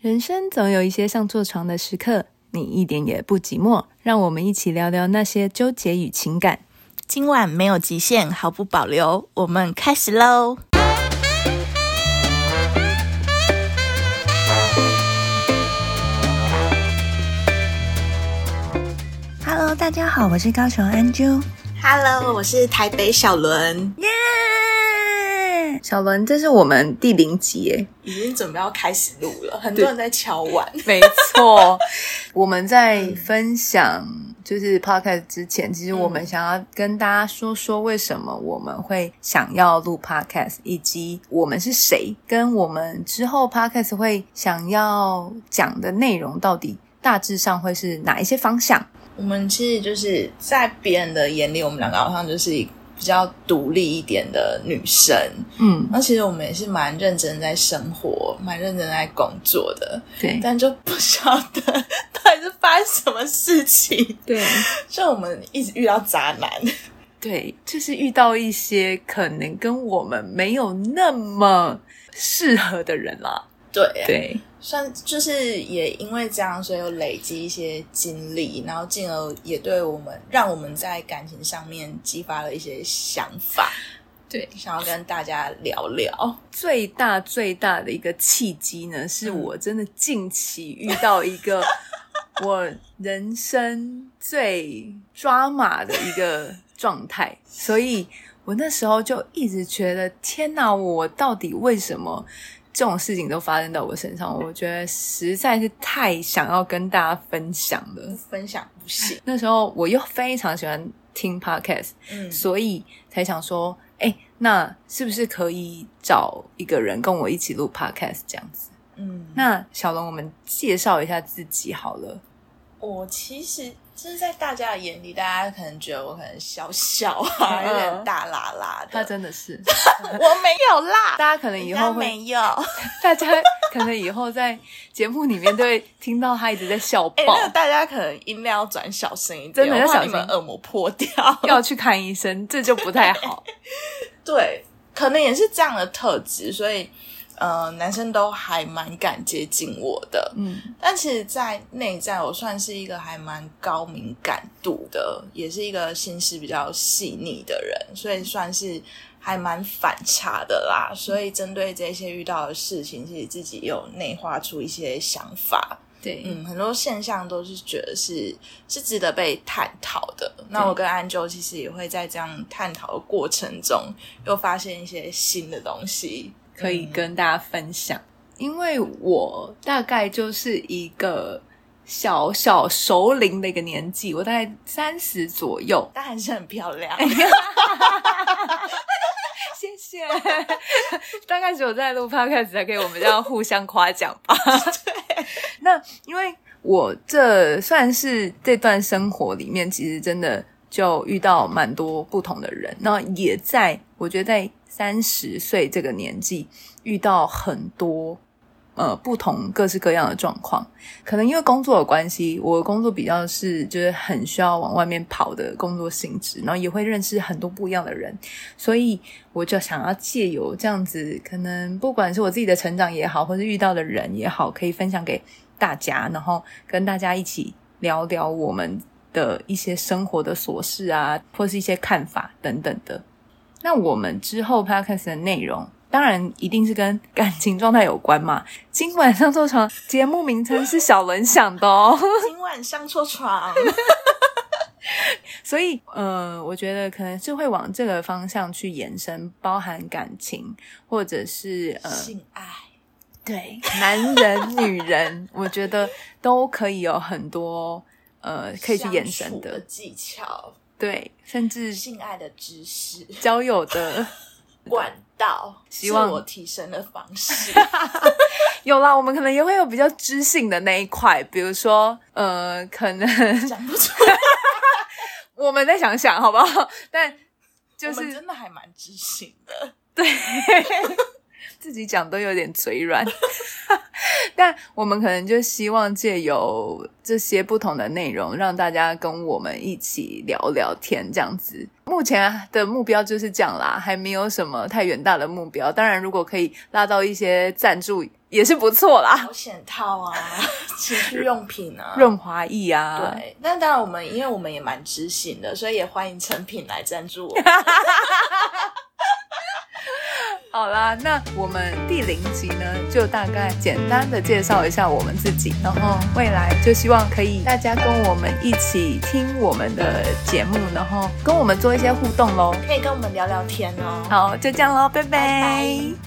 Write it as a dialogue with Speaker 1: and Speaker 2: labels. Speaker 1: 人生总有一些像坐床的时刻，你一点也不寂寞。让我们一起聊聊那些纠结与情感。
Speaker 2: 今晚没有极限，毫不保留，我们开始喽！
Speaker 1: Hello，大家好，我是高雄安啾。
Speaker 2: Hello，我是台北小伦，
Speaker 1: 耶、小伦，这是我们第零集耶。
Speaker 2: 已经准备要开始录了，很多人在敲碗。
Speaker 1: 没错，我们在分享就是 podcast 之前，其实我们想要跟大家说说为什么我们会想要录 podcast，以及我们是谁，跟我们之后 podcast 会想要讲的内容到底大致上会是哪一些方向。
Speaker 2: 我们其实就是在别人的眼里，我们两个好像就是比较独立一点的女生。
Speaker 1: 嗯，
Speaker 2: 那其实我们也是蛮认真在生活，蛮认真在工作的，
Speaker 1: 对
Speaker 2: 但就不晓得到底是发生什么事情，
Speaker 1: 对
Speaker 2: 像我们一直遇到渣男。
Speaker 1: 对，就是遇到一些可能跟我们没有那么适合的人啦。
Speaker 2: 对，啊
Speaker 1: 对，
Speaker 2: 算就是也因为这样，所以有累积一些经历，然后进而也对我们让我们在感情上面激发了一些想法。
Speaker 1: 对，
Speaker 2: 想要跟大家聊聊。
Speaker 1: 最大最大的一个契机呢，是
Speaker 2: 嗯
Speaker 1: 我真的近期遇到一个我人生最抓马的一个状态，所以我那时候就一直觉得，天哪，我到底为什么？这种事情都发生到我身上，我觉得实在是太想要跟大家分享了
Speaker 2: 不。分享不行，
Speaker 1: 那时候我又非常喜欢听 podcast，
Speaker 2: 嗯，
Speaker 1: 所以才想说，哎、那是不是可以找一个人跟我一起录 podcast 这样子？
Speaker 2: 嗯，
Speaker 1: 那小龙，我们介绍一下自己好了。
Speaker 2: 我其实就是在大家的眼里，大家可能觉得我可能小小啊，
Speaker 1: 嗯
Speaker 2: 有点大啦啦
Speaker 1: 他
Speaker 2: 的，
Speaker 1: 真的 是，
Speaker 2: 我没有啦，
Speaker 1: 大家可能以后
Speaker 2: 人家
Speaker 1: 会，
Speaker 2: 没有，
Speaker 1: 大家可能以后在节目里面都会听到他一直在笑
Speaker 2: 哎、
Speaker 1: 爆，
Speaker 2: 那个大家可能音量要转小声一点，
Speaker 1: 真的要
Speaker 2: 我怕
Speaker 1: 小
Speaker 2: 你们
Speaker 1: 心
Speaker 2: 耳膜破掉。
Speaker 1: 要去看医生，这就不太 好。
Speaker 2: 对，可能也是这样的特质，所以呃，男生都还蛮敢接近我的。
Speaker 1: 嗯，
Speaker 2: 但其实，在内在，我算是一个还蛮高敏感度的，也是一个心思比较细腻的人，所以算是还蛮反差的啦。所以针对这些遇到的事情，其实自己也有内化出一些想法。
Speaker 1: 对，
Speaker 2: 嗯，很多现象都是觉得是是值得被探讨的。那我跟安啾其实也会在这样探讨的过程中，又发现一些新的东西。
Speaker 1: 可以
Speaker 2: 嗯
Speaker 1: 跟大家分享，因为我大概就是一个小小熟龄的一个年纪，我大概三十左右，
Speaker 2: 但还是很漂 亮。
Speaker 1: 谢谢。 大概只有在录 podcast 才可以，我们这样互相夸奖吧。 对，那因为我这算是这段生活里面，其实真的就遇到蛮多不同的人，那也在我觉得在三十岁这个年纪遇到很多。呃，不同各式各样的状况，可能因为工作的关系，我的工作比较是就是很需要往外面跑的工作性质，然后也会认识很多不一样的人，所以我就想要借由这样子，可能不管是我自己的成长也好，或是遇到的人也好，可以分享给大家，然后跟大家一起聊聊我们的一些生活的琐事啊，或是一些看法等等的。那我们之后 podcast 的内容，当然一定是跟感情状态有关嘛。今晚上这场节目名称是小伦想的哦。
Speaker 2: 今晚上错床，
Speaker 1: 所以，呃，我觉得可能是会往这个方向去延伸，包含感情，或者是呃，
Speaker 2: 性爱。
Speaker 1: 对，男人、女人，我觉得都可以有很多呃可以去延
Speaker 2: 相
Speaker 1: 伸
Speaker 2: 处的
Speaker 1: 的，嗯
Speaker 2: 技巧、
Speaker 1: 对，甚至
Speaker 2: 性爱的知识、
Speaker 1: 交友的。
Speaker 2: 管道、
Speaker 1: 希望
Speaker 2: 自我提升的方 式。
Speaker 1: 有啦，我们可能也会有比较知性的那一块，比如说，呃，可能
Speaker 2: 讲不出来，
Speaker 1: 我们再想 想好不好？但就
Speaker 2: 我们
Speaker 1: 是
Speaker 2: 真的还蛮知性的。
Speaker 1: 对，自己讲都有点嘴软， 但我们可能就希望借由这些不同的内容，让大家跟我们一起聊聊天，这样子。目前的目标就是这样啦，还没有什么太远大的目标。当然，如果可以拉到一些赞助，也是不错啦，
Speaker 2: 保险套啊，情趣用品 啊，
Speaker 1: 润滑液啊，
Speaker 2: 对，但当然我们因为我们也蛮知性的，所以也欢迎成品来赞助我们。
Speaker 1: 好啦，那我们第零集呢，就大概简单的介绍一下我们自己，然后未来就希望可以大家跟我们一起听我们的节目，然后跟我们做一些互动喽。
Speaker 2: 可以跟我们聊聊天哦。
Speaker 1: 好，就这样喽，拜拜。
Speaker 2: 拜拜